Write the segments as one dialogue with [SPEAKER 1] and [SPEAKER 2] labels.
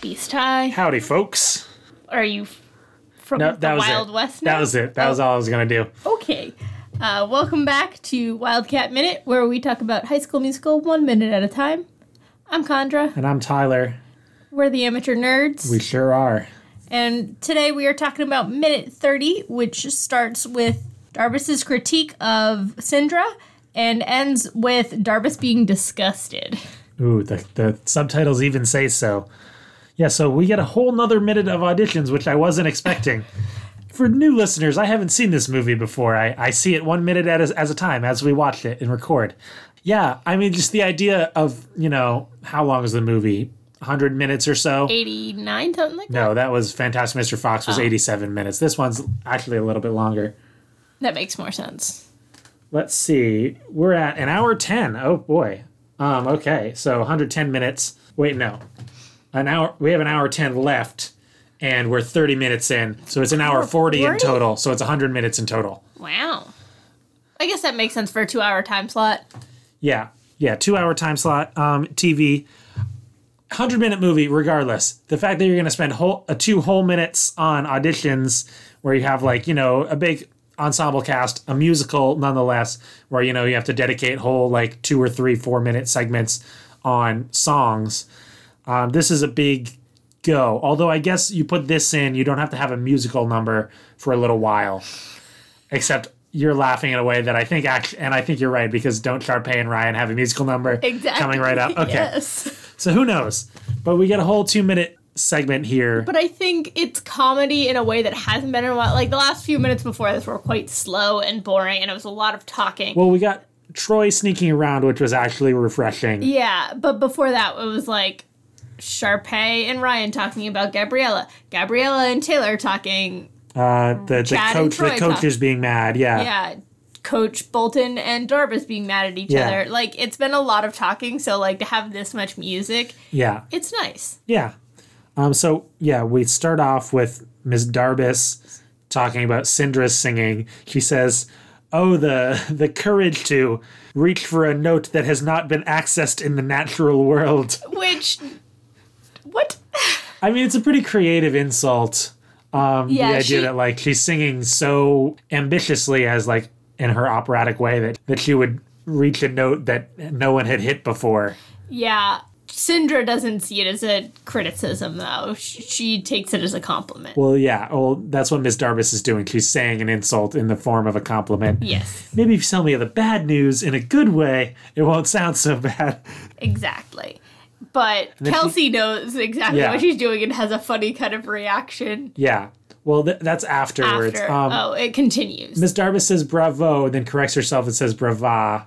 [SPEAKER 1] Hi.
[SPEAKER 2] Howdy, folks.
[SPEAKER 1] Are you f- from
[SPEAKER 2] No,
[SPEAKER 1] the
[SPEAKER 2] that was
[SPEAKER 1] Wild
[SPEAKER 2] it.
[SPEAKER 1] West?
[SPEAKER 2] That
[SPEAKER 1] now? Oh.
[SPEAKER 2] was it. That was all I was gonna do.
[SPEAKER 1] Okay. Uh, welcome back to Wildcat Minute, where we talk about High School Musical one minute at a time. I'm Condra.
[SPEAKER 2] And I'm Tyler.
[SPEAKER 1] We're the amateur nerds.
[SPEAKER 2] We sure are.
[SPEAKER 1] and today we are talking about minute 30, which starts with Darbus's critique of Syndra and ends with Darbus being disgusted.
[SPEAKER 2] Ooh, the, the subtitles even say so. Yeah, so we get a whole nother minute of auditions, which I wasn't expecting. For new listeners, I haven't seen this movie before. I, I see it one minute at a, as a time as we watch it and record. Yeah, I mean, just the idea of, you know, how long is the movie? 100 minutes or so?
[SPEAKER 1] 89, something like that?
[SPEAKER 2] No, that was Fantastic Mr. Fox
[SPEAKER 1] Oh.
[SPEAKER 2] was 87 minutes. This one's actually a little bit longer.
[SPEAKER 1] That makes more sense.
[SPEAKER 2] Let's see. We're at an hour 10. Oh boy. Um okay. So 110 minutes. Wait, no. An hour we have an hour 10 left and we're 30 minutes in. So it's an hour 40 in
[SPEAKER 1] 40?
[SPEAKER 2] total. So it's 100 minutes in total.
[SPEAKER 1] Wow. I guess that makes sense for a two hour time slot.
[SPEAKER 2] Yeah. Yeah, 2-hour time slot um TV 100 minute movie regardless. The fact that you're going to spend whole uh, two whole minutes on auditions where you have like, you know, a big ensemble cast, a musical nonetheless where you know you have to dedicate whole like two or three 4 minute segments on songs. Um, this is a big go. Although I guess you put this in, you don't have to have a musical number for a little while. Except you're laughing in a way that I think act and I think you're right because don't Sharpay and Ryan have a musical number coming right up. Okay.
[SPEAKER 1] Yes.
[SPEAKER 2] So who knows? But we get a whole two minute segment here.
[SPEAKER 1] But I think it's comedy in a way that hasn't been in a while. Like the last few minutes before this were quite slow and boring, and it was a lot of talking.
[SPEAKER 2] Well, we got Troy sneaking around, which was actually refreshing.
[SPEAKER 1] yeah, but before that, it was like Sharpay and Ryan talking about Gabriella, Gabriella and Taylor talking.
[SPEAKER 2] Uh, the the
[SPEAKER 1] Chad and
[SPEAKER 2] coach, the
[SPEAKER 1] Troy
[SPEAKER 2] coach
[SPEAKER 1] talk.
[SPEAKER 2] is being mad. Yeah.
[SPEAKER 1] Yeah. Coach Bolton and Darbus being mad at each
[SPEAKER 2] Yeah.
[SPEAKER 1] other. Like, it's been a lot of talking, so, like, to have this much music,
[SPEAKER 2] yeah,
[SPEAKER 1] it's nice.
[SPEAKER 2] yeah. Um, so yeah, we start off with Miss Darbus talking about Syndra's singing. She says, "Oh, the the courage to reach for a note that has not been accessed in the natural world."
[SPEAKER 1] Which, what?
[SPEAKER 2] I mean, it's a pretty creative insult. Um,
[SPEAKER 1] Yeah,
[SPEAKER 2] the idea
[SPEAKER 1] she-
[SPEAKER 2] that like she's singing so ambitiously as like in her operatic way that that she would reach a note that no one had hit before.
[SPEAKER 1] Yeah. Syndra doesn't see it as a criticism, though. She, she takes it as a compliment.
[SPEAKER 2] Well, yeah. Well, that's what Miss Darbus is doing. She's saying an insult in the form of a compliment.
[SPEAKER 1] yes,
[SPEAKER 2] Maybe if you tell me the bad news in a good way, it won't sound so bad.
[SPEAKER 1] exactly. But Kelsey knows exactly
[SPEAKER 2] Yeah.
[SPEAKER 1] what she's doing and has a funny kind of reaction
[SPEAKER 2] Yeah. Well, th- that's afterwards.
[SPEAKER 1] after.
[SPEAKER 2] Um,
[SPEAKER 1] oh, it continues.
[SPEAKER 2] Miss Darbus says bravo, and then corrects herself and says brava.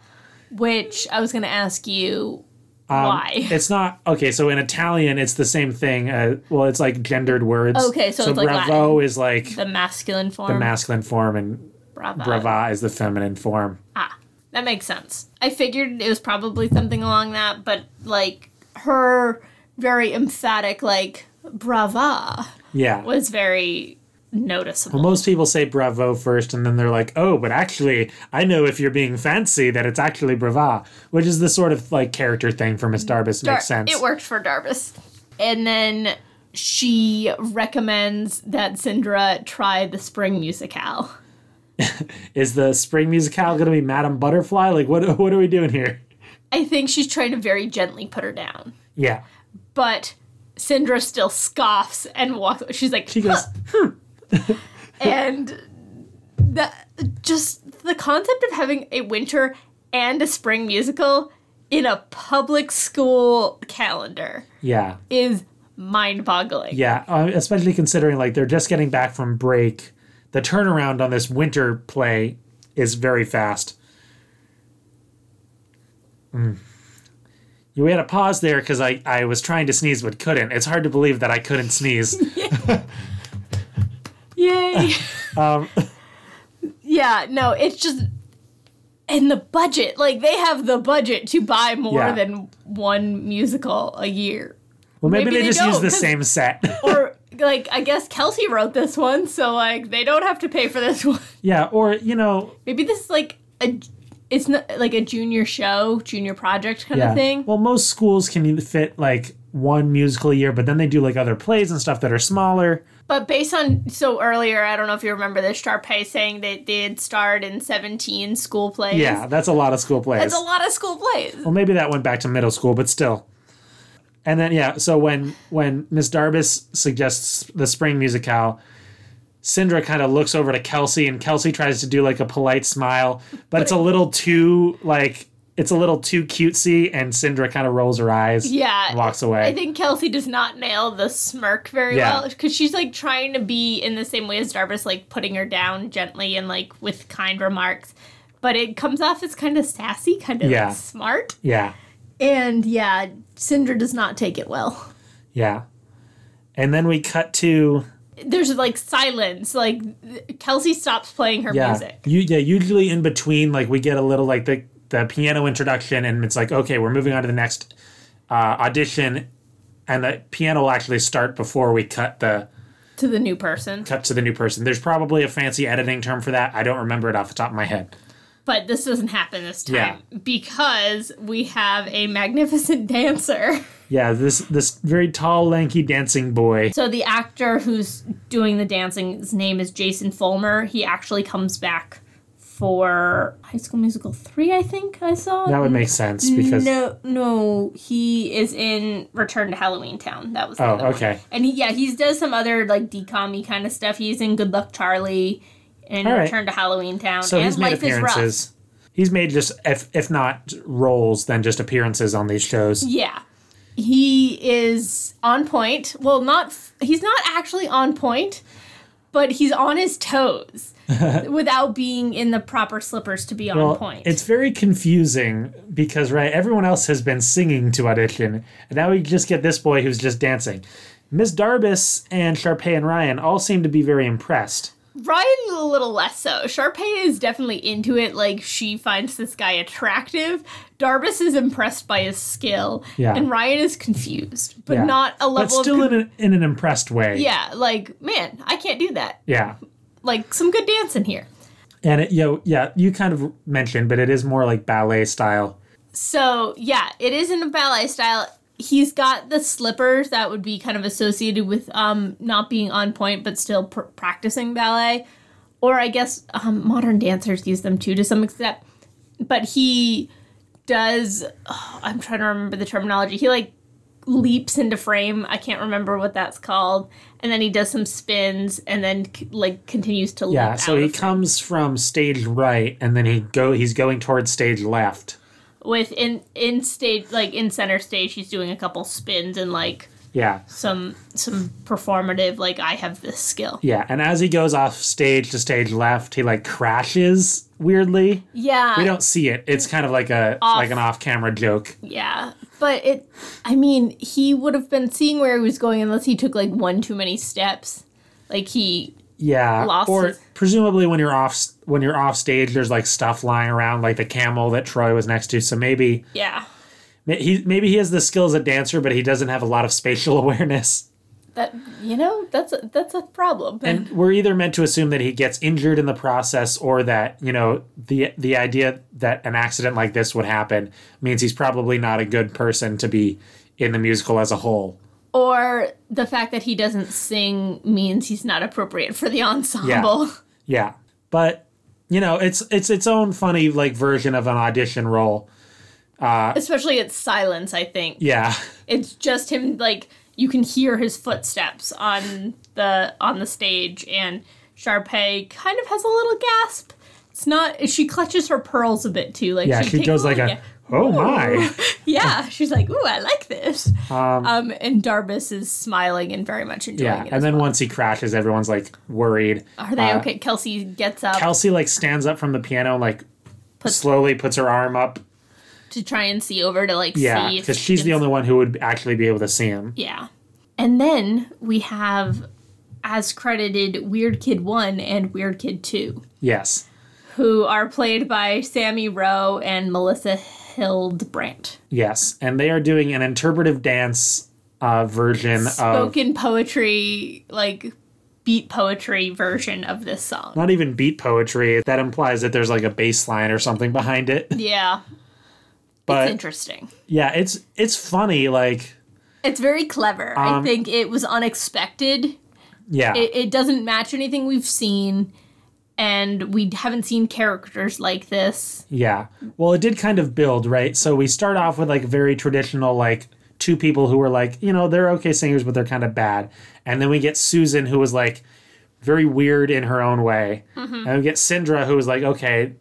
[SPEAKER 1] which I was going to ask you
[SPEAKER 2] Um,
[SPEAKER 1] why.
[SPEAKER 2] It's not okay. So in Italian, it's the same thing. Uh, well, it's like gendered words.
[SPEAKER 1] Okay, so it's like
[SPEAKER 2] bravo is like
[SPEAKER 1] the masculine form.
[SPEAKER 2] the masculine form, and
[SPEAKER 1] brava.
[SPEAKER 2] brava is the feminine form.
[SPEAKER 1] Ah, that makes sense. I figured it was probably something along that, but like her very emphatic, like, brava
[SPEAKER 2] Yeah.
[SPEAKER 1] was very noticeable.
[SPEAKER 2] Well, most people say bravo first, and then they're like, "Oh, but actually, I know if you're being fancy that it's actually brava," which is the sort of like character thing for Miss Darbus.
[SPEAKER 1] Dar-
[SPEAKER 2] makes sense.
[SPEAKER 1] It worked for Darvis. And then she recommends that Syndra try the spring musicale.
[SPEAKER 2] Is the spring musicale going to be Madame Butterfly? Like, what what are we doing here?
[SPEAKER 1] I think she's trying to very gently put her down.
[SPEAKER 2] Yeah.
[SPEAKER 1] But Syndra still scoffs and walks. She's like,
[SPEAKER 2] She goes, "Hmm."
[SPEAKER 1] and that just the concept of having a winter and a spring musical in a public school calendar
[SPEAKER 2] "Yeah."
[SPEAKER 1] is mind-boggling.
[SPEAKER 2] Yeah, uh, especially considering like they're just getting back from break. The turnaround on this winter play is very fast. Mm. We had a pause there because I, I was trying to sneeze but couldn't. It's hard to believe that I couldn't sneeze.
[SPEAKER 1] Yay.
[SPEAKER 2] Um,
[SPEAKER 1] yeah, no, it's just and the budget, like they have the budget to buy more
[SPEAKER 2] Yeah.
[SPEAKER 1] than one musical a year.
[SPEAKER 2] Well, maybe,
[SPEAKER 1] Maybe
[SPEAKER 2] they,
[SPEAKER 1] they
[SPEAKER 2] just use
[SPEAKER 1] don't,
[SPEAKER 2] the
[SPEAKER 1] 'cause-
[SPEAKER 2] same set.
[SPEAKER 1] Or like I guess Kelsey wrote this one, so like they don't have to pay for this one.
[SPEAKER 2] yeah, or you know,
[SPEAKER 1] Maybe this is like a it's not like a junior show, junior project kind
[SPEAKER 2] yeah.
[SPEAKER 1] of thing.
[SPEAKER 2] Well, most schools can fit like one musical a year, but then they do like other plays and stuff that are smaller.
[SPEAKER 1] But based on so earlier, I don't know if you remember this Sharpay saying that they had starred in 17 school plays.
[SPEAKER 2] Yeah, that's a lot of school plays.
[SPEAKER 1] That's a lot of school plays.
[SPEAKER 2] Well, maybe that went back to middle school, but still. And then yeah, so when when Miss Darbus suggests the spring musicale, Sindra kind of looks over to Kelsey, and Kelsey tries to do like a polite smile, but it's a little too like it's a little too cutesy, and Sindra kind of rolls her eyes,
[SPEAKER 1] Yeah.
[SPEAKER 2] and walks away.
[SPEAKER 1] I think Kelsey does not nail the smirk very
[SPEAKER 2] Yeah.
[SPEAKER 1] well because she's like trying to be in the same way as Darvis, like putting her down gently and like with kind remarks. But it comes off as kind of sassy, kind of
[SPEAKER 2] Yeah.
[SPEAKER 1] like, smart.
[SPEAKER 2] yeah,
[SPEAKER 1] And yeah, Cinder does not take it well.
[SPEAKER 2] yeah. And then we cut to
[SPEAKER 1] There's like silence. Like Kelsey stops playing her
[SPEAKER 2] yeah,
[SPEAKER 1] music.
[SPEAKER 2] you yeah. Usually in between, like we get a little like the the piano introduction, and it's like okay, we're moving on to the next uh, audition, and the piano will actually start before we cut the
[SPEAKER 1] to the new person.
[SPEAKER 2] cut to the new person. There's probably a fancy editing term for that. I don't remember it off the top of my head.
[SPEAKER 1] But this doesn't happen this time
[SPEAKER 2] Yeah.
[SPEAKER 1] because we have a magnificent dancer.
[SPEAKER 2] Yeah, this this very tall, lanky dancing boy.
[SPEAKER 1] So the actor who's doing the dancing, his name is Jason Fulmer. He actually comes back for High School Musical 3, I think I saw.
[SPEAKER 2] That would make sense because
[SPEAKER 1] no, no, he is in Return to Halloween Town. That was the
[SPEAKER 2] Oh,
[SPEAKER 1] other one.
[SPEAKER 2] okay.
[SPEAKER 1] And he, yeah, he does some other like decommy kind of stuff. He's in Good Luck Charlie and
[SPEAKER 2] All right.
[SPEAKER 1] Return to Halloween Town.
[SPEAKER 2] so
[SPEAKER 1] and
[SPEAKER 2] he's made
[SPEAKER 1] Life is Rough.
[SPEAKER 2] appearances. He's made just if if not roles, then just appearances on these shows.
[SPEAKER 1] Yeah. He is on point. Well, not f- he's not actually on point, but he's on his toes without being in the proper slippers to be on
[SPEAKER 2] Well,
[SPEAKER 1] point.
[SPEAKER 2] It's very confusing because right, everyone else has been singing to audition, and now we just get this boy who's just dancing. Miss Darbus and Sharpay and Ryan all seem to be very impressed.
[SPEAKER 1] Ryan a little less so. Sharpay is definitely into it. Like she finds this guy attractive. Darbus is impressed by his skill,
[SPEAKER 2] Yeah.
[SPEAKER 1] and Ryan is confused, but
[SPEAKER 2] Yeah.
[SPEAKER 1] not a
[SPEAKER 2] But
[SPEAKER 1] level
[SPEAKER 2] still
[SPEAKER 1] of con-
[SPEAKER 2] in, an, in an impressed way.
[SPEAKER 1] yeah. Like man, I can't do that.
[SPEAKER 2] Yeah.
[SPEAKER 1] Like some good dance in here.
[SPEAKER 2] And it, you know, yeah, you kind of mentioned, but it is more like ballet style.
[SPEAKER 1] So yeah, it isn't a ballet style. He's got the slippers that would be kind of associated with um not being on point but still pr- practicing ballet, or I guess um, modern dancers use them too to some extent. But he does. oh, I'm trying to remember the terminology. He like leaps into frame. I can't remember what that's called. And then he does some spins and then c- like continues to leap.
[SPEAKER 2] Yeah, so
[SPEAKER 1] out
[SPEAKER 2] he
[SPEAKER 1] of frame.
[SPEAKER 2] comes from stage right, and then he go he's going towards stage left.
[SPEAKER 1] with in in stage like in center stage he's doing a couple spins and like
[SPEAKER 2] Yeah,
[SPEAKER 1] some some performative like i have this skill
[SPEAKER 2] yeah, and as he goes off stage to stage left, he like crashes weirdly.
[SPEAKER 1] yeah
[SPEAKER 2] We don't see it. It's kind of like a
[SPEAKER 1] Off.
[SPEAKER 2] like an off-camera joke.
[SPEAKER 1] yeah but it i mean he would have been seeing where he was going unless he took like one too many steps like he
[SPEAKER 2] Yeah,
[SPEAKER 1] Lost
[SPEAKER 2] or
[SPEAKER 1] it.
[SPEAKER 2] presumably when you're off when you're off stage, there's like stuff lying around, like the camel that Troy was next to. So maybe
[SPEAKER 1] yeah
[SPEAKER 2] may- he maybe he has the skill as a dancer, but he doesn't have a lot of spatial awareness.
[SPEAKER 1] that you know that's a, that's a problem
[SPEAKER 2] And we're either meant to assume that he gets injured in the process or that, you know, the the idea that an accident like this would happen means he's probably not a good person to be in the musical as a whole.
[SPEAKER 1] or the fact that he doesn't sing means he's not appropriate for the ensemble
[SPEAKER 2] Yeah. But, you know, it's it's its own funny like version of an audition role. Uh,
[SPEAKER 1] especially it's silence i think
[SPEAKER 2] Yeah.
[SPEAKER 1] it's just him like you can hear his footsteps on the on the stage and Sharpay kind of has a little gasp. It's not she clutches her pearls a bit too. Like
[SPEAKER 2] Yeah, she
[SPEAKER 1] takes
[SPEAKER 2] goes like
[SPEAKER 1] little
[SPEAKER 2] a
[SPEAKER 1] ga-
[SPEAKER 2] oh my.
[SPEAKER 1] Yeah, she's like, ooh, I like this. Um, and Darbus is smiling and very much enjoying
[SPEAKER 2] Yeah.
[SPEAKER 1] it.
[SPEAKER 2] And then uh, once he crashes, everyone's like worried.
[SPEAKER 1] Are they okay? Kelsey gets up
[SPEAKER 2] Kelsey like stands up from the piano and like
[SPEAKER 1] Puts-
[SPEAKER 2] slowly puts her arm up.
[SPEAKER 1] to try and see over to like
[SPEAKER 2] Yeah.
[SPEAKER 1] see if
[SPEAKER 2] Because
[SPEAKER 1] she
[SPEAKER 2] she's
[SPEAKER 1] can
[SPEAKER 2] the only one who would actually be able to see him.
[SPEAKER 1] Yeah. And then we have as credited Weird Kid 1 and Weird Kid 2.
[SPEAKER 2] Yes.
[SPEAKER 1] who are played by Sammy Rowe and Melissa Hildebrandt.
[SPEAKER 2] Yes, and they are doing an interpretive dance uh, version of
[SPEAKER 1] Spoken poetry, like beat poetry version of this song.
[SPEAKER 2] not even beat poetry. That implies that there's like a bass line or something behind it.
[SPEAKER 1] Yeah, it's
[SPEAKER 2] But
[SPEAKER 1] interesting.
[SPEAKER 2] yeah, it's it's funny. Like
[SPEAKER 1] It's very clever. I
[SPEAKER 2] Um,
[SPEAKER 1] think it was unexpected.
[SPEAKER 2] Yeah.
[SPEAKER 1] It, it doesn't match anything we've seen, and we haven't seen characters like this.
[SPEAKER 2] Yeah. Well, it did kind of build, right? So we start off with like very traditional, like two people who were like, you know, they're okay singers, but they're kind of bad. And then we get Susan, who was like very weird in her own way. And we get Sindra, who was like, okay,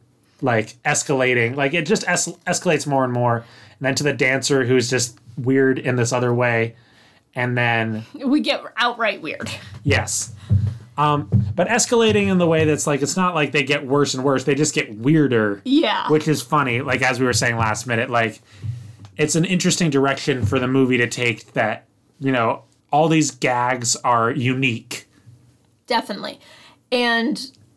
[SPEAKER 2] like escalating. Like it just es- escalates more and more. And then to the dancer, who's just weird in this other way. And then,
[SPEAKER 1] We get outright weird.
[SPEAKER 2] yes. Um, but escalating in the way that's like, it's not like they get worse and worse, they just get weirder
[SPEAKER 1] Yeah.
[SPEAKER 2] which is funny like as we were saying last minute like it's an interesting direction for the movie to take that you know all these gags are unique
[SPEAKER 1] definitely. And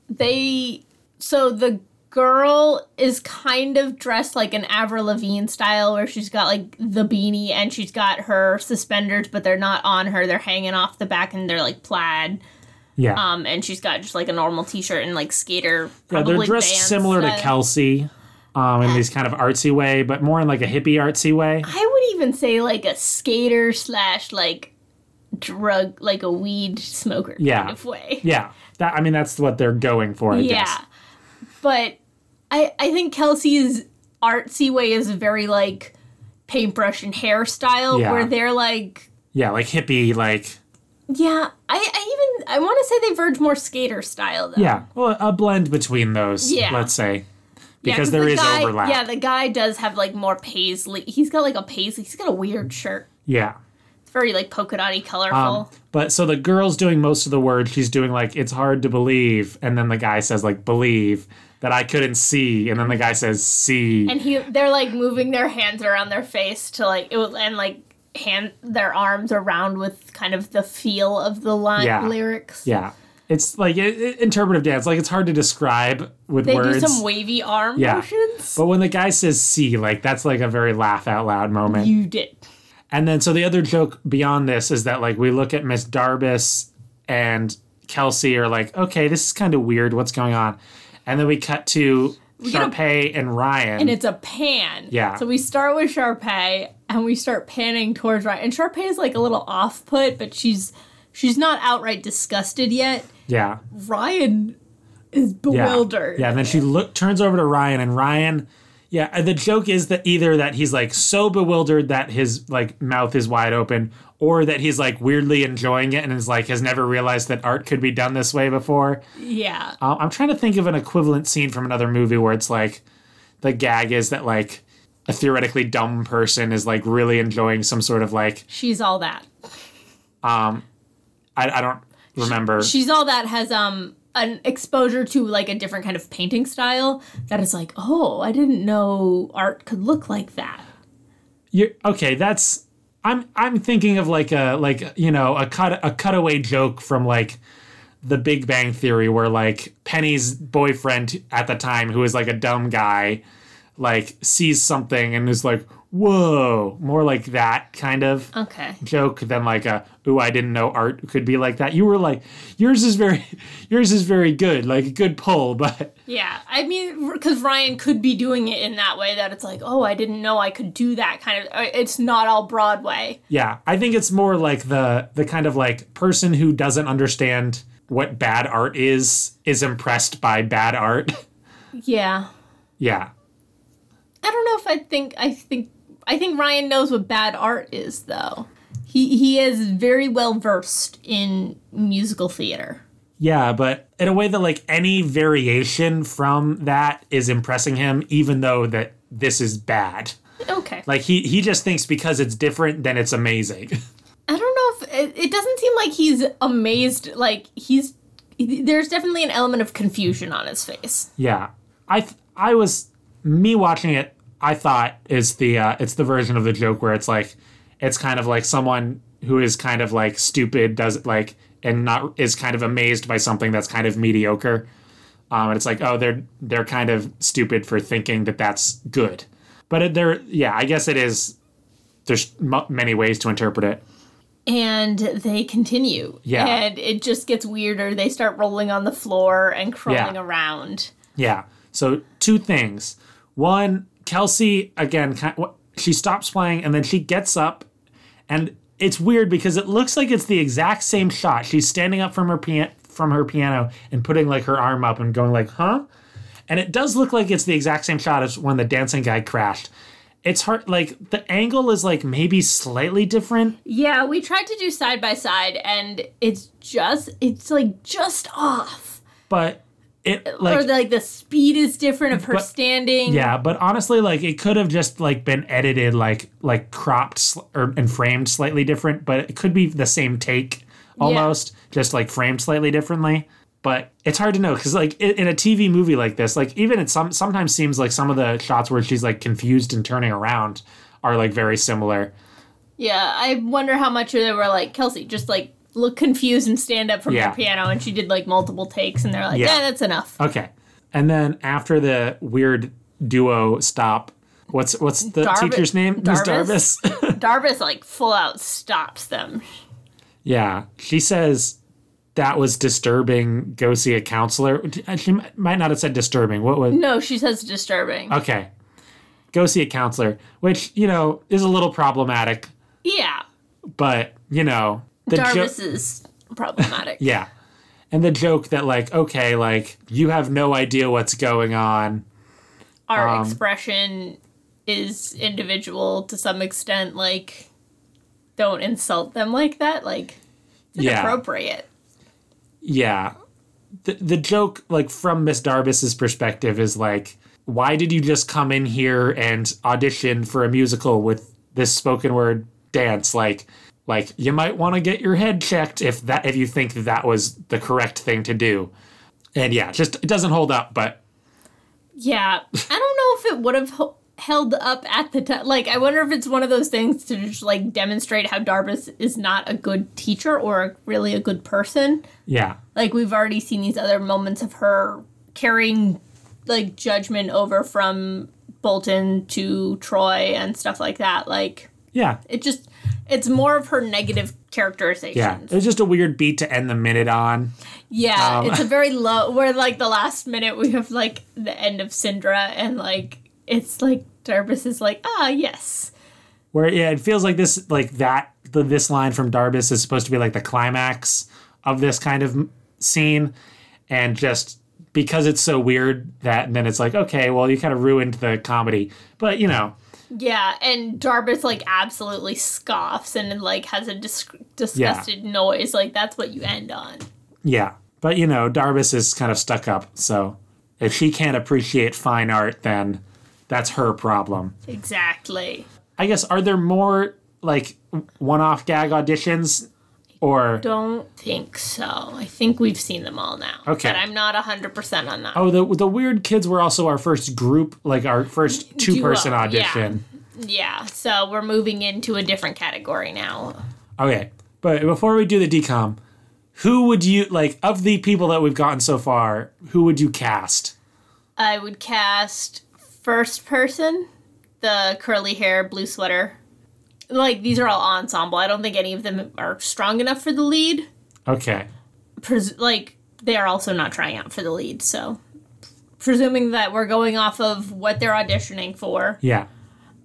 [SPEAKER 1] they so the girl is kind of dressed like an Avril Lavigne style where she's got like the beanie and she's got her suspenders but they're not on her, they're hanging off the back and they're like plaid.
[SPEAKER 2] yeah
[SPEAKER 1] Um and she's got just like a normal t-shirt and like skater
[SPEAKER 2] Yeah,
[SPEAKER 1] probably
[SPEAKER 2] they're dressed
[SPEAKER 1] Vans
[SPEAKER 2] similar to
[SPEAKER 1] style.
[SPEAKER 2] kelsey um, in these kind of artsy way but more in like a hippie artsy way
[SPEAKER 1] I would even say like a skater slash like drug like a weed smoker
[SPEAKER 2] Yeah.
[SPEAKER 1] kind of way.
[SPEAKER 2] yeah that i mean that's what they're going for i guess
[SPEAKER 1] But I I think Kelsey's artsy way is very like paintbrush and hairstyle
[SPEAKER 2] Yeah.
[SPEAKER 1] where they're like
[SPEAKER 2] yeah like hippie like
[SPEAKER 1] yeah, I, I even I want to say they verge more skater style though.
[SPEAKER 2] yeah well a blend between those
[SPEAKER 1] Yeah.
[SPEAKER 2] let's say
[SPEAKER 1] Yeah,
[SPEAKER 2] because
[SPEAKER 1] 'cause
[SPEAKER 2] there
[SPEAKER 1] the
[SPEAKER 2] is
[SPEAKER 1] guy,
[SPEAKER 2] overlap
[SPEAKER 1] Yeah, the guy does have like more paisley. He's got like a paisley. He's got a weird shirt.
[SPEAKER 2] yeah.
[SPEAKER 1] It's very like polka dotty colorful.
[SPEAKER 2] Um, but so the girl's doing most of the word. She's doing like it's hard to believe, and then the guy says like believe that I couldn't see, and then the guy says see.
[SPEAKER 1] and he they're like moving their hands around their face to like it was, and like hand their arms around with kind of the feel of the line
[SPEAKER 2] Yeah.
[SPEAKER 1] lyrics.
[SPEAKER 2] yeah, it's like it, it- interpretive dance. Like it's hard to describe with
[SPEAKER 1] They
[SPEAKER 2] words.
[SPEAKER 1] do some wavy arm
[SPEAKER 2] Yeah.
[SPEAKER 1] motions.
[SPEAKER 2] but when the guy says see, like that's like a very laugh out loud moment.
[SPEAKER 1] You did.
[SPEAKER 2] And then so the other joke beyond this is that like we look at Miss Darbus and Kelsey are like, okay, this is kind of weird. What's going on? And then we cut to
[SPEAKER 1] get a-
[SPEAKER 2] Sharpay and Ryan.
[SPEAKER 1] And it's a pan.
[SPEAKER 2] Yeah.
[SPEAKER 1] So we start with Sharpay and we start panning towards Ryan. And Sharpay is like a little off put, but she's she's not outright disgusted yet.
[SPEAKER 2] yeah.
[SPEAKER 1] Ryan is bewildered.
[SPEAKER 2] Yeah, and then she look turns over to Ryan and Ryan yeah, and the joke is that either that he's like so bewildered that his like mouth is wide open or that he's like weirdly enjoying it and is like has never realized that art could be done this way before.
[SPEAKER 1] Yeah.
[SPEAKER 2] Uh, I'm trying to think of an equivalent scene from another movie where it's like the gag is that like a theoretically dumb person is like really enjoying some sort of like
[SPEAKER 1] She's all that.
[SPEAKER 2] I, I don't remember.
[SPEAKER 1] She's all that has um an exposure to like a different kind of painting style that is like, oh, I didn't know art could look like that.
[SPEAKER 2] You're, okay, that's I'm I'm thinking of like a like you know a cut a cutaway joke from like the Big Bang Theory where like Penny's boyfriend at the time who is like a dumb guy like sees something and is like whoa more like that kind of
[SPEAKER 1] Okay.
[SPEAKER 2] joke than like a ooh I didn't know art could be like that. You were like yours is very yours is very good like a good pull but
[SPEAKER 1] Yeah, I mean, because Ryan could be doing it in that way that it's like, oh, I didn't know I could do that kind of. uh, It's not all Broadway.
[SPEAKER 2] Yeah, I think it's more like the the kind of like person who doesn't understand what bad art is is impressed by bad art.
[SPEAKER 1] Yeah,
[SPEAKER 2] yeah.
[SPEAKER 1] I don't know if I think I think I think Ryan knows what bad art is though. He he is very well versed in musical theater.
[SPEAKER 2] Yeah, but in a way that like any variation from that is impressing him even though that this is bad.
[SPEAKER 1] Okay,
[SPEAKER 2] Like he he just thinks because it's different then it's amazing.
[SPEAKER 1] I don't know if it, it doesn't seem like he's amazed. Like he's there's definitely an element of confusion on his face.
[SPEAKER 2] yeah. I th- I was me watching it I thought is the uh, it's the version of the joke where it's like it's kind of like someone who is kind of like stupid does like and not is kind of amazed by something that's kind of mediocre um, and it's like oh they're they're kind of stupid for thinking that that's good but it, there yeah i guess it is there's m- many ways to interpret it
[SPEAKER 1] and they continue.
[SPEAKER 2] Yeah.
[SPEAKER 1] And it just gets weirder. They start rolling on the floor and crawling
[SPEAKER 2] Yeah.
[SPEAKER 1] around.
[SPEAKER 2] Yeah. So two things. One, Kelsey again. ki- wh- She stops playing and then she gets up, and it's weird because it looks like it's the exact same shot. She's standing up from her pian- from her piano and putting like her arm up and going like, "Huh?" And it does look like it's the exact same shot as when the dancing guy crashed. It's hard like the angle is like maybe slightly different.
[SPEAKER 1] Yeah, we tried to do side by side and it's just it's like just off.
[SPEAKER 2] but it like
[SPEAKER 1] or like the speed is different of her
[SPEAKER 2] But-
[SPEAKER 1] standing.
[SPEAKER 2] yeah but honestly like it could have just like been edited like like cropped sl- or and framed slightly different but it could be the same take almost just like framed slightly differently but it's hard to know because like in, in a tv movie like this like even it some sometimes seems like some of the shots where she's like confused and turning around are like very similar
[SPEAKER 1] Yeah, I wonder how much they were like Kelsey, just like look confused and stand up from
[SPEAKER 2] Yeah.
[SPEAKER 1] the piano, and she did like multiple takes, and they're like,
[SPEAKER 2] Yeah.
[SPEAKER 1] yeah, that's enough.
[SPEAKER 2] okay and then after the weird duo stop what's what's the
[SPEAKER 1] Darvi-
[SPEAKER 2] teacher's name miss
[SPEAKER 1] Darvis?
[SPEAKER 2] darvis
[SPEAKER 1] Darvis like full out stops them.
[SPEAKER 2] Yeah, she says that was disturbing. Go see a counselor. She m- might not have said disturbing. What was?
[SPEAKER 1] No, she says disturbing.
[SPEAKER 2] Okay, go see a counselor, which you know is a little problematic,
[SPEAKER 1] yeah,
[SPEAKER 2] but you know the joke.
[SPEAKER 1] Darvis is problematic.
[SPEAKER 2] Yeah, and the joke that like okay, like you have no idea what's going on.
[SPEAKER 1] Our expression is individual to some extent. Like, don't insult them like that. Like, it's
[SPEAKER 2] Yeah.
[SPEAKER 1] inappropriate.
[SPEAKER 2] Yeah. The, the joke, like from Miss Darvis's perspective, is like, why did you just come in here and audition for a musical with this spoken word dance? Like, like you might want to get your head checked if that if you think that was the correct thing to do. And yeah, just it doesn't hold up, but
[SPEAKER 1] Yeah, I don't know if it would have h- held up at the time. Like, I wonder if it's one of those things to just like demonstrate how Darvis is not a good teacher or a, really a good person.
[SPEAKER 2] yeah,
[SPEAKER 1] Like, we've already seen these other moments of her carrying like judgment over from Bolton to Troy and stuff like that. Like,
[SPEAKER 2] yeah,
[SPEAKER 1] it just it's more of her negative
[SPEAKER 2] yeah.
[SPEAKER 1] characterizations.
[SPEAKER 2] It was just a weird beat to end the minute on.
[SPEAKER 1] Yeah,
[SPEAKER 2] Um,
[SPEAKER 1] it's a very low. We're like the last minute. We have like the end of Syndra, and like it's like Darbus is like, ah, yes,
[SPEAKER 2] where yeah it feels like this like that the, this line from darbus is supposed to be like the climax of this kind of m- scene and just because it's so weird that then it's like okay well you kind of ruined the comedy but you know
[SPEAKER 1] yeah. And Darbus like absolutely scoffs and then, like has a dis- disgusted noise. Like that's what you end on.
[SPEAKER 2] yeah but you know darbus is kind of stuck up so if she can't appreciate fine art then that's her problem
[SPEAKER 1] Exactly.
[SPEAKER 2] i guess are there more like w- one-off gag auditions or
[SPEAKER 1] Don't think so. I think we've seen them all now.
[SPEAKER 2] Okay.
[SPEAKER 1] but I'm not hundred percent on that.
[SPEAKER 2] Oh, the the weird kids were also our first group, like our first two person
[SPEAKER 1] Duo, yeah.
[SPEAKER 2] audition.
[SPEAKER 1] Yeah, so we're moving into a different category now.
[SPEAKER 2] Okay, but before we do the decom, who would you like of the people that we've gotten so far? Who would you cast?
[SPEAKER 1] I would cast first person, the curly hair, blue sweater. Like these are all ensemble. I don't think any of them are strong enough for the lead.
[SPEAKER 2] Okay,
[SPEAKER 1] Pres- like they are also not trying out for the lead, so presuming that we're going off of what they're auditioning for.
[SPEAKER 2] yeah,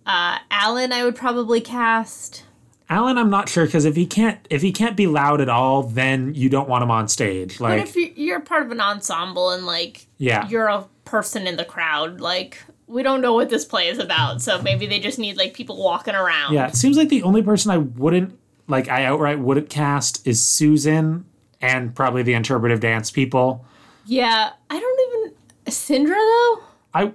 [SPEAKER 1] Uh, Alan, I would probably cast.
[SPEAKER 2] Alan. I'm not sure because if he can't if he can't be loud at all, then you don't want him on stage.
[SPEAKER 1] But
[SPEAKER 2] Like,
[SPEAKER 1] if you- you're part of an ensemble and like
[SPEAKER 2] yeah,
[SPEAKER 1] you're a person in the crowd, like we don't know what this play is about, so maybe they just need like people walking around.
[SPEAKER 2] yeah. It seems like the only person I wouldn't like I outright wouldn't cast is Susan and probably the interpretive dance people.
[SPEAKER 1] Yeah, I don't even Syndra though.
[SPEAKER 2] I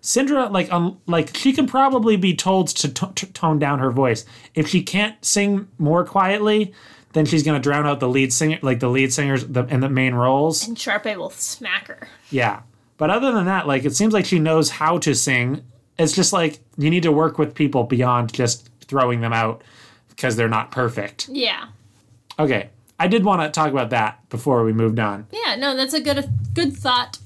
[SPEAKER 2] Syndra like um like she can probably be told to t- t- tone down her voice. If she can't sing more quietly, then she's gonna drown out the lead singer, like the lead singers the, and the main roles.
[SPEAKER 1] And Sharpay will smack her.
[SPEAKER 2] Yeah, but other than that, like it seems like she knows how to sing. It's just like you need to work with people beyond just throwing them out because they're not perfect.
[SPEAKER 1] Yeah,
[SPEAKER 2] Okay, I did want to talk about that before we moved on.
[SPEAKER 1] yeah. No, that's a good good thought.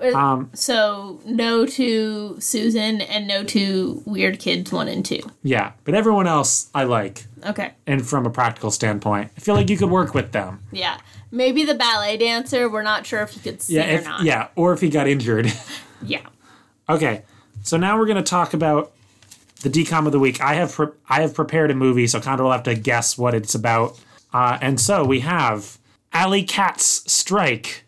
[SPEAKER 1] Uh,
[SPEAKER 2] Um,
[SPEAKER 1] so no to Susan and no to Weird Kids one and two.
[SPEAKER 2] yeah, but everyone else I like,
[SPEAKER 1] Okay,
[SPEAKER 2] and from a practical standpoint, I feel like you could work with them.
[SPEAKER 1] yeah. Maybe the ballet dancer. We're not sure if he could sing
[SPEAKER 2] yeah,
[SPEAKER 1] or
[SPEAKER 2] if,
[SPEAKER 1] not.
[SPEAKER 2] yeah, or if he got injured.
[SPEAKER 1] yeah.
[SPEAKER 2] okay, so now we're gonna talk about the decom of the week. I have pre- I have prepared a movie, so Condor will have to guess what it's about. Uh, and so we have Alley Cat's Strike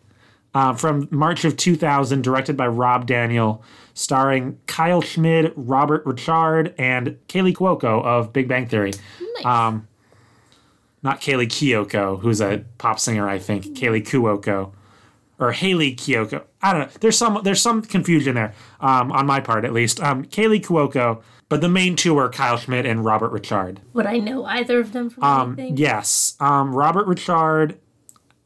[SPEAKER 2] uh, from March of 2000, directed by Rob Daniel, starring Kyle Schmid, Robert Richard, and Kaylee Cuoco of Big Bang Theory.
[SPEAKER 1] Nice.
[SPEAKER 2] Um, not Kaylee Kyoko, who's a pop singer, I think. Kaylee Cuoco or Haley Kyoko. I don't know. There's some there's some confusion there um, on my part, at least. Um, Kaylee Cuoco, but the main two are Kyle Schmidt and Robert Richard.
[SPEAKER 1] Would I know either of them from
[SPEAKER 2] Um,
[SPEAKER 1] anything?
[SPEAKER 2] yes, um, Robert Richard.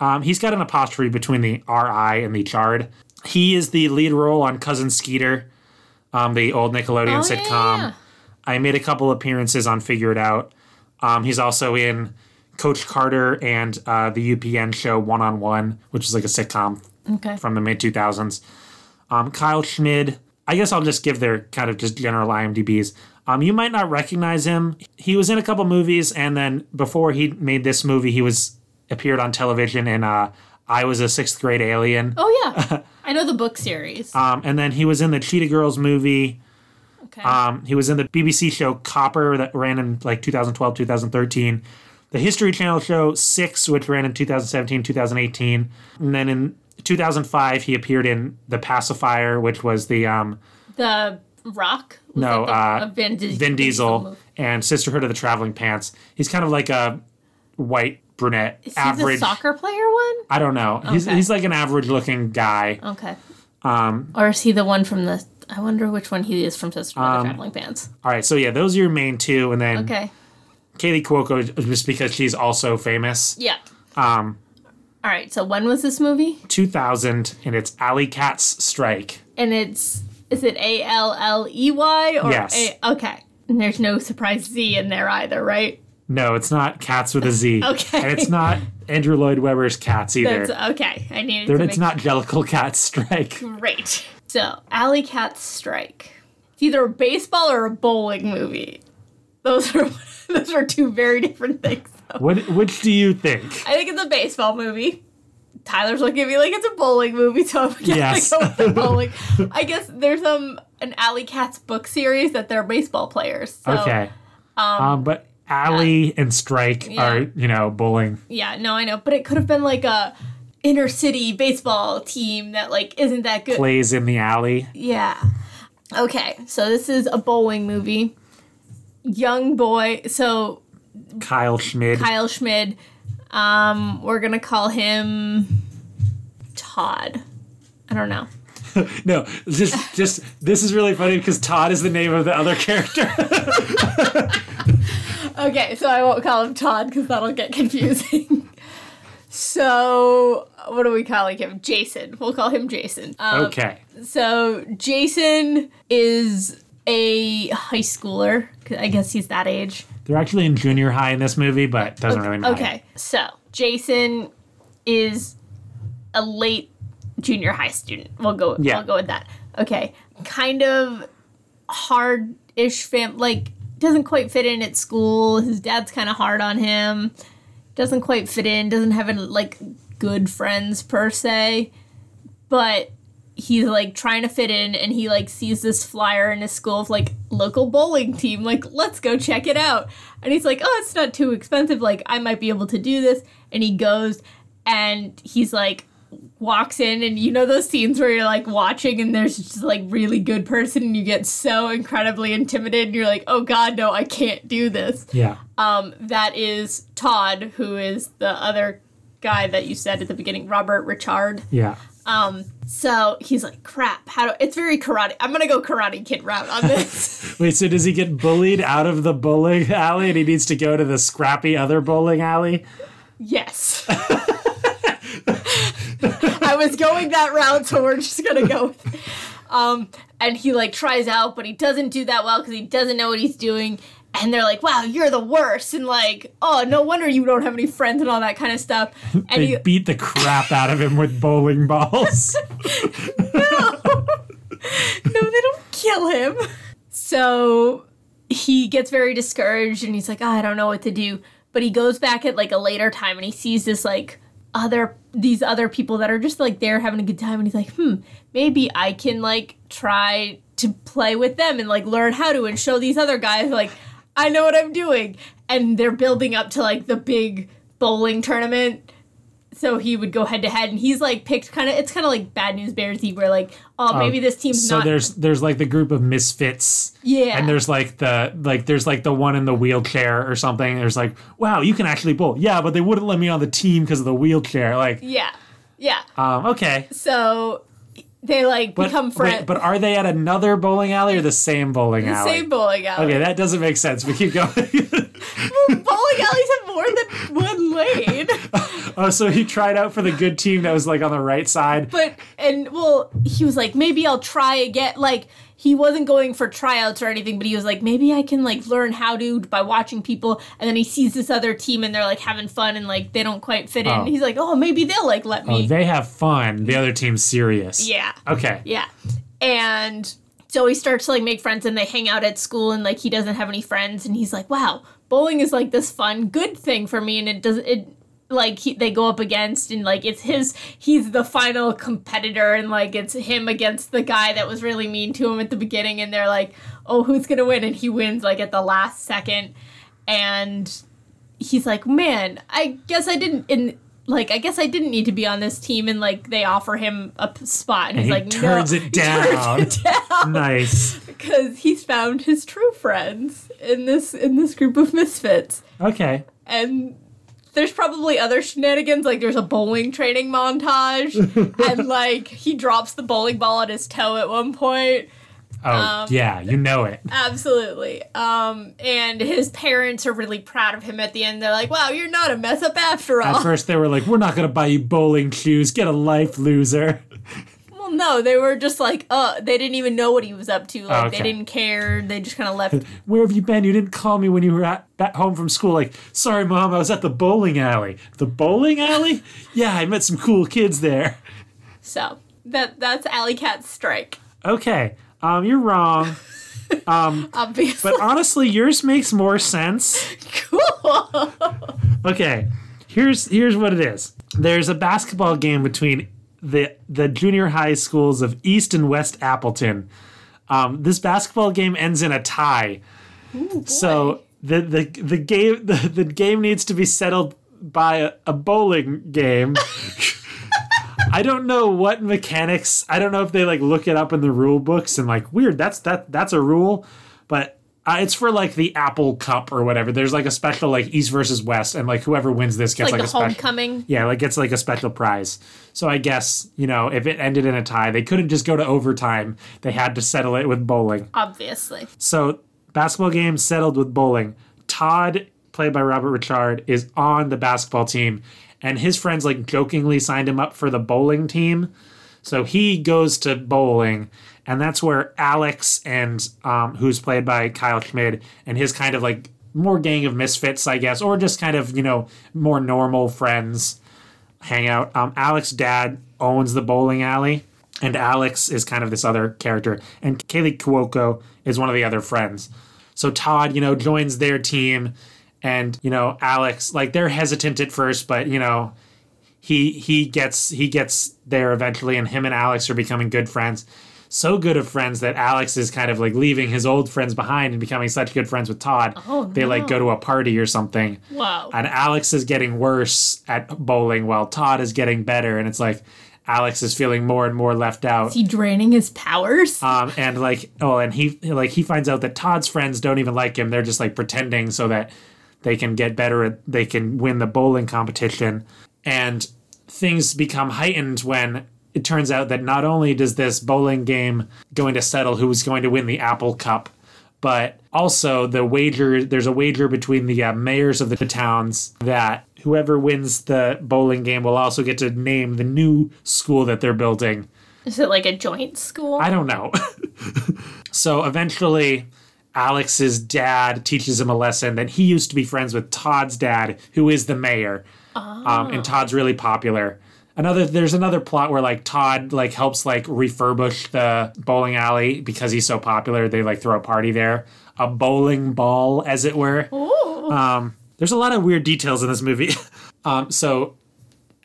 [SPEAKER 2] Um, he's got an apostrophe between the R.I. and the Chard. He is the lead role on Cousin Skeeter, um, the old Nickelodeon
[SPEAKER 1] Oh, yeah, yeah,
[SPEAKER 2] sitcom.
[SPEAKER 1] yeah.
[SPEAKER 2] I made a couple appearances on Figure It Out. Um, he's also in Coach Carter and uh, the UPN show One on One, which is like a sitcom
[SPEAKER 1] Okay.
[SPEAKER 2] from the mid 2000s. Um, Kyle Schmid. I guess I'll just give their kind of just general IMDb's. Um, you might not recognize him. He was in a couple movies, and then before he made this movie, he was appeared on television in uh, "I Was a Sixth Grade Alien,"
[SPEAKER 1] oh yeah. I know the book series.
[SPEAKER 2] um, and then he was in the Cheetah Girls movie.
[SPEAKER 1] okay.
[SPEAKER 2] Um, he was in the BBC show Copper that ran in like 2012, 2013. The History Channel show Six, which ran in 2017, 2018. And then in 2005, he appeared in The Pacifier, which was the um,
[SPEAKER 1] the Rock. Was that
[SPEAKER 2] no,
[SPEAKER 1] the-
[SPEAKER 2] uh,
[SPEAKER 1] a Vin, Di-
[SPEAKER 2] Vin Diesel
[SPEAKER 1] movie.
[SPEAKER 2] and Sisterhood of the Traveling Pants. He's kind of like a white brunette,
[SPEAKER 1] Is he the
[SPEAKER 2] average.
[SPEAKER 1] soccer player one?
[SPEAKER 2] I don't know. He's,
[SPEAKER 1] Okay.
[SPEAKER 2] he's like an average looking guy.
[SPEAKER 1] Okay. Um, or is he the one from the? I wonder which one he is from Sister
[SPEAKER 2] Um,
[SPEAKER 1] of the Traveling Pants.
[SPEAKER 2] All right, so yeah, those are your main two. And then
[SPEAKER 1] Okay.
[SPEAKER 2] Kaylee Cuoco, just because she's also famous.
[SPEAKER 1] Yeah.
[SPEAKER 2] Um,
[SPEAKER 1] All right. So when was this movie?
[SPEAKER 2] 2000 and it's Alley Cat's Strike.
[SPEAKER 1] And it's is it A L L E Y or
[SPEAKER 2] Yes.
[SPEAKER 1] A? Okay. And there's no surprise Z in there either, right?
[SPEAKER 2] No, it's not Cats with a Z.
[SPEAKER 1] Okay.
[SPEAKER 2] And it's not Andrew Lloyd Webber's Cats either.
[SPEAKER 1] That's okay. I needed
[SPEAKER 2] They're-
[SPEAKER 1] to
[SPEAKER 2] it's
[SPEAKER 1] make
[SPEAKER 2] not Jellicle Cat's Strike.
[SPEAKER 1] Great. So, Alley Cats Strike. It's either a baseball or a bowling movie. Those are those are two very different things. Though.
[SPEAKER 2] What, which do you think?
[SPEAKER 1] I think it's a baseball movie. Tyler's looking at me like it's a bowling movie, so I'm gonna
[SPEAKER 2] Yes.
[SPEAKER 1] go with the bowling. I guess there's um an Alley Cats book series that they're baseball players. So,
[SPEAKER 2] okay. Um, but Alley and Strike
[SPEAKER 1] Yeah.
[SPEAKER 2] are, you know, bowling.
[SPEAKER 1] Yeah, no, I know, but it could have been like a inner city baseball team that like isn't that good.
[SPEAKER 2] Plays in the alley.
[SPEAKER 1] Yeah. Okay, so this is a bowling movie. Young boy, so
[SPEAKER 2] Kyle Schmid.
[SPEAKER 1] Kyle Schmid, um, we're gonna call him Todd. I don't know.
[SPEAKER 2] No, just just this is really funny because Todd is the name of the other character.
[SPEAKER 1] Okay, so I won't call him Todd because that'll get confusing. so, what are we calling him? Jason. We'll call him Jason. Um,
[SPEAKER 2] okay.
[SPEAKER 1] So Jason is a high schooler. 'cause I guess he's that age.
[SPEAKER 2] They're actually in junior high in this movie, but doesn't really matter.
[SPEAKER 1] Okay, so Jason is a late junior high student. We'll go.
[SPEAKER 2] Yeah.
[SPEAKER 1] We'll go with that. Okay, kind of hard-ish fam. Like doesn't quite fit in at school. His dad's kind of hard on him. Doesn't quite fit in. Doesn't have any like good friends per se, but he's like trying to fit in and he like sees this flyer in his school of like local bowling team like let's go check it out and he's like oh it's not too expensive like i might be able to do this and he goes and he's like walks in and you know those scenes where you're like watching and there's just like really good person and you get so incredibly intimidated and you're like oh god no i can't do this
[SPEAKER 2] Yeah.
[SPEAKER 1] um, that is todd who is the other guy that you said at the beginning robert richard
[SPEAKER 2] Yeah.
[SPEAKER 1] um, so he's like, crap, how do it's very karate. I'm gonna go karate kid route on this.
[SPEAKER 2] Wait, so does he get bullied out of the bowling alley and he needs to go to the scrappy other bowling alley?
[SPEAKER 1] yes. I was going that route, so we're just gonna go with it. Um, and he like tries out, but he doesn't do that well because he doesn't know what he's doing. And they're like, wow, you're the worst. And like, oh, no wonder you don't have any friends and all that kind of stuff. And
[SPEAKER 2] They
[SPEAKER 1] he,
[SPEAKER 2] beat the crap out of him with bowling balls.
[SPEAKER 1] no, they don't kill him. So he gets very discouraged and he's like, "Ah, I don't know what to do. But he goes back at like a later time and he sees this like other these other people that are just like there having a good time and he's like hmm maybe i can like try to play with them and like learn how to and show these other guys like i know what i'm doing and they're building up to like the big bowling tournament so he would go head to head and he's like picked kind of it's kind of like bad news bearsy where like oh maybe this team's
[SPEAKER 2] so
[SPEAKER 1] not
[SPEAKER 2] there's there's like the group of misfits
[SPEAKER 1] Yeah.
[SPEAKER 2] and there's like the like there's like the one in the wheelchair or something there's like wow you can actually bowl yeah but they wouldn't let me on the team because of the wheelchair like
[SPEAKER 1] yeah yeah
[SPEAKER 2] um okay
[SPEAKER 1] so they like
[SPEAKER 2] but,
[SPEAKER 1] become
[SPEAKER 2] wait,
[SPEAKER 1] friends
[SPEAKER 2] but are they at another bowling alley or the same bowling alley
[SPEAKER 1] same bowling alley
[SPEAKER 2] okay that doesn't make sense we keep going
[SPEAKER 1] bowling alleys have more than one lane
[SPEAKER 2] oh so he tried out for the good team that was like on the right side
[SPEAKER 1] but and well he was like maybe i'll try again like he wasn't going for tryouts or anything but he was like maybe i can like learn how to by watching people and then he sees this other team and they're like having fun and like they don't quite fit in
[SPEAKER 2] Oh.
[SPEAKER 1] he's like oh maybe they'll like let
[SPEAKER 2] oh,
[SPEAKER 1] me
[SPEAKER 2] they have fun the other team's serious
[SPEAKER 1] yeah
[SPEAKER 2] okay
[SPEAKER 1] yeah and so he starts to like make friends and they hang out at school and like he doesn't have any friends and he's like wow bowling is like this fun good thing for me and it does it like he, they go up against and like it's his he's the final competitor and like it's him against the guy that was really mean to him at the beginning and they're like oh who's gonna win and he wins like at the last second and he's like man i guess i didn't in like i guess i didn't need to be on this team and like they offer him a p- spot and he's
[SPEAKER 2] he
[SPEAKER 1] like
[SPEAKER 2] turns
[SPEAKER 1] no.
[SPEAKER 2] it down. nice
[SPEAKER 1] because he's found his true friends in this in this group of misfits
[SPEAKER 2] okay
[SPEAKER 1] and there's probably other shenanigans like there's a bowling training montage and like he drops the bowling ball at his toe at one point
[SPEAKER 2] oh yeah you know it
[SPEAKER 1] absolutely um and his parents are really proud of him at the end they're like wow you're not a mess up after all
[SPEAKER 2] At first, they were like, "We're not gonna buy you bowling shoes. Get a life, loser."
[SPEAKER 1] well no they were just like uh they didn't even know what he was up to like they
[SPEAKER 2] Oh, okay.
[SPEAKER 1] didn't care they just kind of left
[SPEAKER 2] Where have you been? You didn't call me when you were at, at home from school. Like, sorry, mom, I was at the bowling alley. The bowling alley? Yeah, I met some cool kids there.
[SPEAKER 1] so that that's alley cat's strike
[SPEAKER 2] Okay, um, you're wrong,
[SPEAKER 1] obviously
[SPEAKER 2] but honestly, yours makes more sense.
[SPEAKER 1] cool
[SPEAKER 2] Okay, here's here's what it is. There's a basketball game between the the junior high schools of East and West Appleton. Um, this basketball game ends in a tie. So the the the game the, the game needs to be settled by a, a bowling game. I don't know what mechanics. I don't know if they like look it up in the rule books and like weird. That's that that's a rule, but uh, it's for like the Apple Cup or whatever. There's like a special like East versus West, and like whoever wins this gets
[SPEAKER 1] like,
[SPEAKER 2] like,
[SPEAKER 1] the
[SPEAKER 2] a special.
[SPEAKER 1] homecoming
[SPEAKER 2] Yeah, like gets like a special prize. So I guess you know if it ended in a tie, they couldn't just go to overtime. They had to settle it with bowling.
[SPEAKER 1] obviously
[SPEAKER 2] So basketball game settled with bowling. Todd, played by Robert Richard, is on the basketball team, and his friends like jokingly signed him up for the bowling team. So he goes to bowling, and that's where Alex and um, who's played by Kyle Schmid and his kind of like more gang of misfits, I guess, or just kind of you know more normal friends hang out. Um, Alex's dad owns the bowling alley, and Alex is kind of this other character, and Kaylee Cuoco is one of the other friends. So Todd, you know, joins their team, and you know, Alex, like they're hesitant at first, but you know, he he gets he gets there eventually, and him and Alex are becoming good friends. So good of friends that Alex is kind of like leaving his old friends behind and becoming such good friends with Todd.
[SPEAKER 1] Oh,
[SPEAKER 2] they like
[SPEAKER 1] no.
[SPEAKER 2] go to a party or something
[SPEAKER 1] Wow.
[SPEAKER 2] and Alex is getting worse at bowling while Todd is getting better and it's like Alex is feeling more and more left out.
[SPEAKER 1] Is he draining his powers?
[SPEAKER 2] Um, and like oh and he like he finds out that Todd's friends don't even like him. They're just like pretending so that they can get better at they can win the bowling competition. And things become heightened when it turns out that not only does this bowling game going to settle who's going to win the Apple Cup, but also the wager there's a wager between the uh, mayors of the towns that whoever wins the bowling game will also get to name the new school that they're building
[SPEAKER 1] Is it like a joint school?
[SPEAKER 2] I don't know. so eventually, Alex's dad teaches him a lesson that he used to be friends with Todd's dad, who is the mayor, um, and Todd's really popular. Another there's another plot where like Todd like helps like refurbish the bowling alley because he's so popular. They like throw a party there, a bowling ball, as it were.
[SPEAKER 1] Ooh.
[SPEAKER 2] Um, there's a lot of weird details in this movie. um, so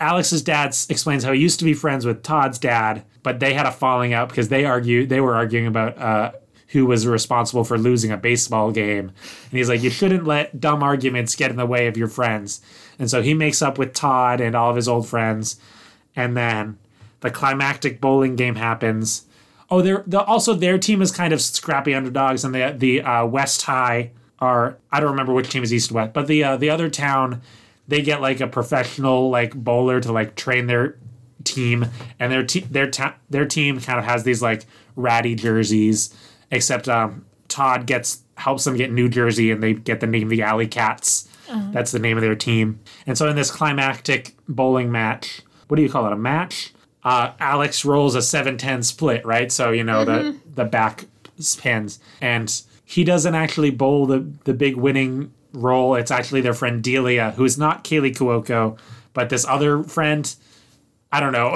[SPEAKER 2] Alex's dad s- explains how he used to be friends with Todd's dad, but they had a falling out because they argued they were arguing about uh, who was responsible for losing a baseball game. And he's like, you shouldn't let dumb arguments get in the way of your friends. And so he makes up with Todd and all of his old friends, and then the climactic bowling game happens. Oh, they're, the, also their team is kind of scrappy underdogs, and the the uh, West High are I don't remember which team is East West, but the uh, the other town they get like a professional like bowler to like train their team, and their te- their ta- their team kind of has these like ratty jerseys, except um, Todd gets helps them get New Jersey, and they get the name the Alley Cats. That's the name of their team. And so in this climactic bowling match, what do you call it? A match? Uh, Alex rolls a 7-10 split, right? So, you know, the, the back pins. And he doesn't actually bowl the, the big winning roll. It's actually their friend Delia, who is not Kaylee Kuoko, but this other friend. I don't know.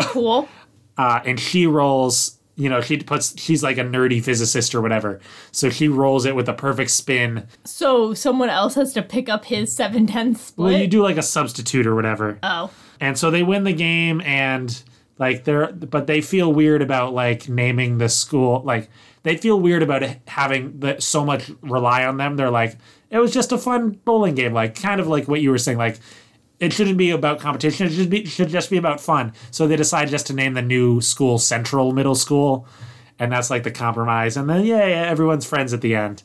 [SPEAKER 1] Cool.
[SPEAKER 2] uh, and she rolls you know she puts she's like a nerdy physicist or whatever so she rolls it with a perfect spin
[SPEAKER 1] So someone else has to pick up his seven ten split.
[SPEAKER 2] well you do like a substitute or whatever
[SPEAKER 1] Oh,
[SPEAKER 2] and so they win the game and like they're but they feel weird about like naming the school like they feel weird about having the, so much rely on them they're like it was just a fun bowling game like kind of like what you were saying like it shouldn't be about competition it should be should just be about fun so they decide just to name the new school central middle school and that's like the compromise and then yeah, yeah everyone's friends at the end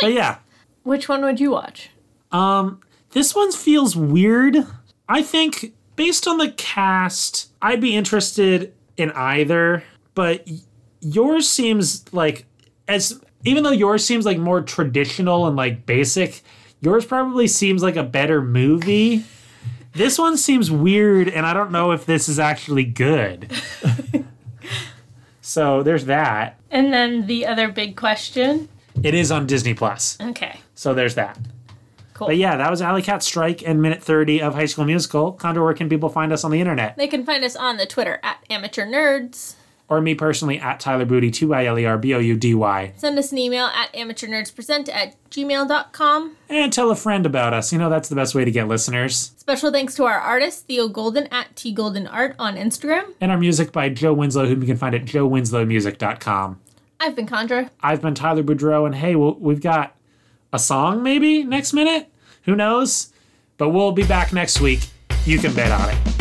[SPEAKER 2] but yeah
[SPEAKER 1] which one would you watch?
[SPEAKER 2] this one feels weird. I think based on the cast, I'd be interested in either, but y- yours seems like as even though yours seems like more traditional and like basic, yours probably seems like a better movie. This one seems weird and I don't know if this is actually good. so there's that.
[SPEAKER 1] And then the other big question.
[SPEAKER 2] It is on Disney Plus.
[SPEAKER 1] Okay,
[SPEAKER 2] So there's that.
[SPEAKER 1] cool.
[SPEAKER 2] But yeah, that was Alley Cat Strike and minute 30 of High School Musical. Condor, where can people find us on the internet?
[SPEAKER 1] They can find us on the Twitter at amateur nerds.
[SPEAKER 2] Or me personally at Tyler Booty, E 2-I-L-E-R-B-O-U-D-Y.
[SPEAKER 1] Send us an email at amateurnerdspresent at gmail.com.
[SPEAKER 2] And tell a friend about us. You know, that's the best way to get listeners.
[SPEAKER 1] Special thanks to our artist, Theo Golden at T Golden Art on Instagram.
[SPEAKER 2] And our music by Joe Winslow, whom you can find at joewinslowmusic.com.
[SPEAKER 1] I've been Condra.
[SPEAKER 2] I've been Tyler Boudreau, and hey, well, we've got a song maybe next minute? Who knows? But we'll be back next week. You can bet on it.